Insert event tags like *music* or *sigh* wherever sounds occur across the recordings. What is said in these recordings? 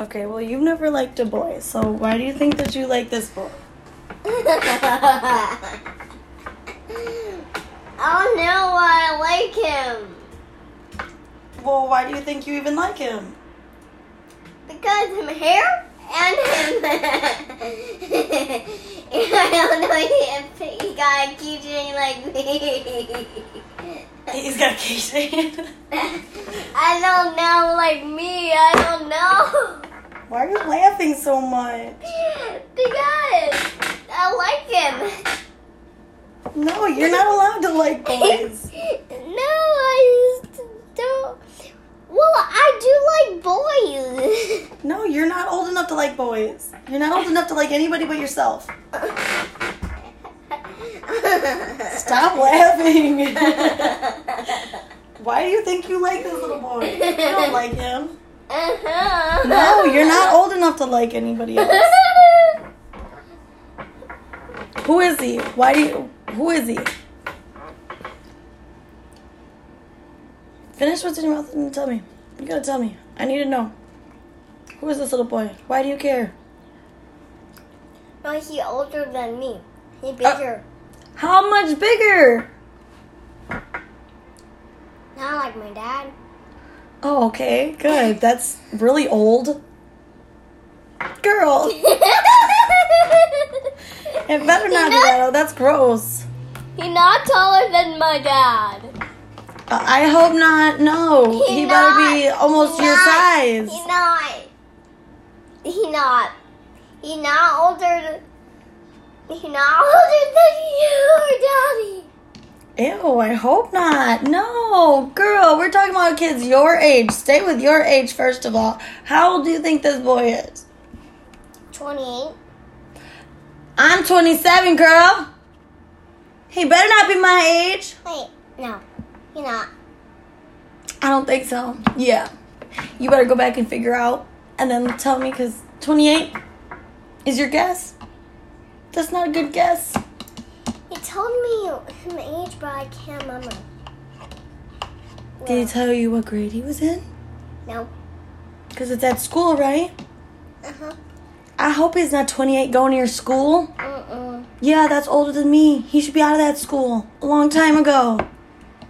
Okay, well, you've never liked a boy, so why do you think that you like this boy? *laughs* I don't know why I like him. Well, why do you think you even like him? Because him hair and him. *laughs* I don't know if he got a keychain like me. *laughs* He's got a keychain. I don't know like me. I don't know. *laughs* *laughs* why are you laughing so much? Because I like him. No, you're not allowed to like boys. *laughs* no, I just don't. Well, I do like boys. No, you're not old enough to like boys. You're not old enough to like anybody but yourself. *laughs* *laughs* Stop laughing. *laughs* Uh-huh. why do you think you like this little boy? You don't like *laughs* him. Uh-huh. No, you're not old enough to like anybody else. Who is he? Why do you? Who is he? Finish what's in your mouth and tell me. You gotta tell me. I need to know. Who is this little boy? Why do you care? *laughs* no, he's older than me. He Oh. bigger. How much bigger? Not like my dad. Oh, okay, good. That's really old. Girl, *laughs* it better not be *laughs* that old. That's gross. He's not taller than my dad. Uh, I hope not. No, He he, better be not. almost He your not. size. He not. He not. He not older. th- He not *laughs* older than you or daddy. Ew, I hope not. No, girl, we're talking about kids your age. Stay with your age, first of all. How old do you think this boy is? Twenty-eight. I'm 27, girl. He better not be my age. Wait, no, he not. I don't think so. Yeah. You better go back and figure out and then tell me because 28 is your guess. That's not a good guess. He told me him age, but I can't remember. Did he tell you what grade he was in? No. Because it's at school, right? Uh huh. I hope he's not 28 going to your school. Mm Yeah, that's older than me. He should be out of that school a long time ago.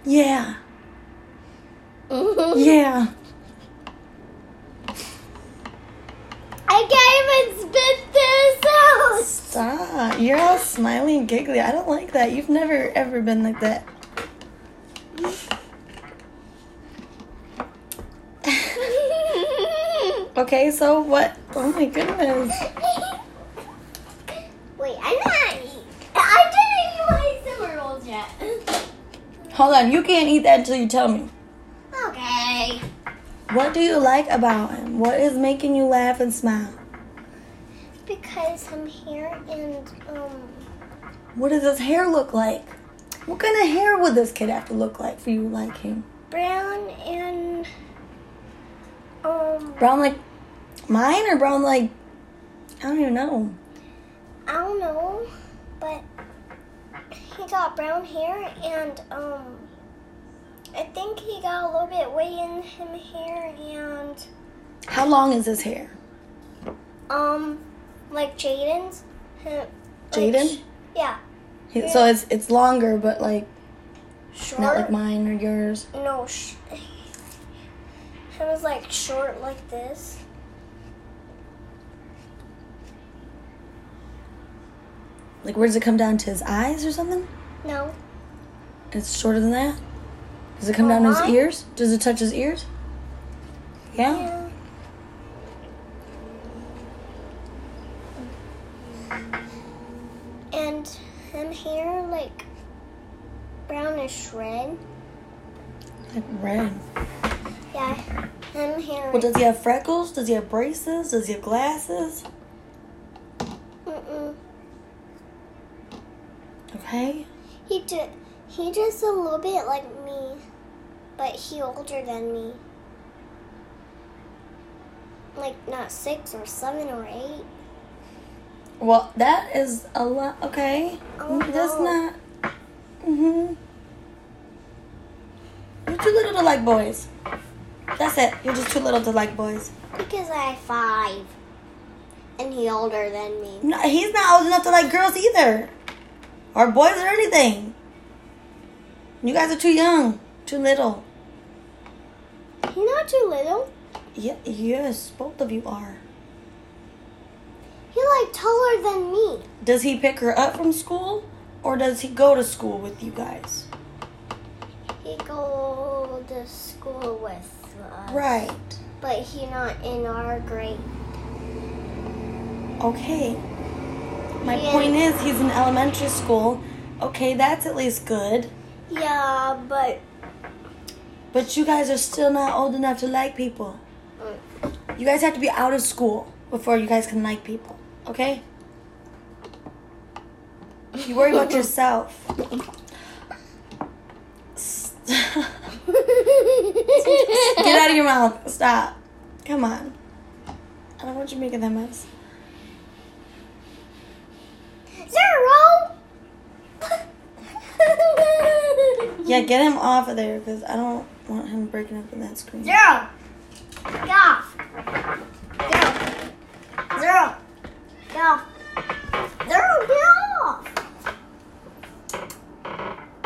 Yeah. mm. Yeah. *laughs* I can't even spit this out. Stop. You're all smiling and giggly. I don't like that. You've never, ever been like that. *laughs* *laughs* Okay, so what? Oh my goodness. Wait, I'm not. I didn't eat my summer rolls yet. Hold on, you can't eat that until you tell me. Okay. What do you like about him? What is making you laugh and smile? Because I'm here and um, What does his hair look like? What kind of hair would this kid have to look like for you to like him? brown and um, Brown like mine or brown like I don't even know. I don't know, but he got brown hair and um, I think he got a little bit way in him hair and How long is his hair? um, like Jaden's. him- like, Jaden? Yeah. He- So it's it's longer but like Short. not like mine or yours. No, sh- it was like short like this. Like where does it come down to his eyes or something? No, It's shorter than that? Does it come down to his Mine? ears? Does it touch his ears? yeah. yeah. And him here like brownish red. Like red. Yeah, him here. Well, does he have freckles? Does he have braces? Does he have glasses? Mm-mm. Okay. He did. He just a little bit like me, but he older than me. Like not six or seven or eight. Well, that is a lot. Okay. Mm, Oh, That's no. not. mm-hmm. Mhm. You're too little to like boys. That's it. You're just too little to like boys. Because I have five. And he older than me. No, he's not old enough to like girls either, or boys or anything. You guys are too young, too little. He's not too little. Yeah, yes, both of you are. He like taller than me. Does he pick her up from school, or does he go to school with you guys? He go to school with us. Right. But he not in our grade. Okay. My He point is, he's in elementary school. Okay, that's at least good. Yeah, but But you guys are still not old enough to like people. You guys have to be out of school before you guys can like people. Okay? You worry about yourself. S- Get out of your mouth. Stop. Come on. I don't want you making that mess. Zero. *laughs* Yeah, get him off of there because I don't want him breaking up in that screen. Zero. Go. Go. Zero. Go.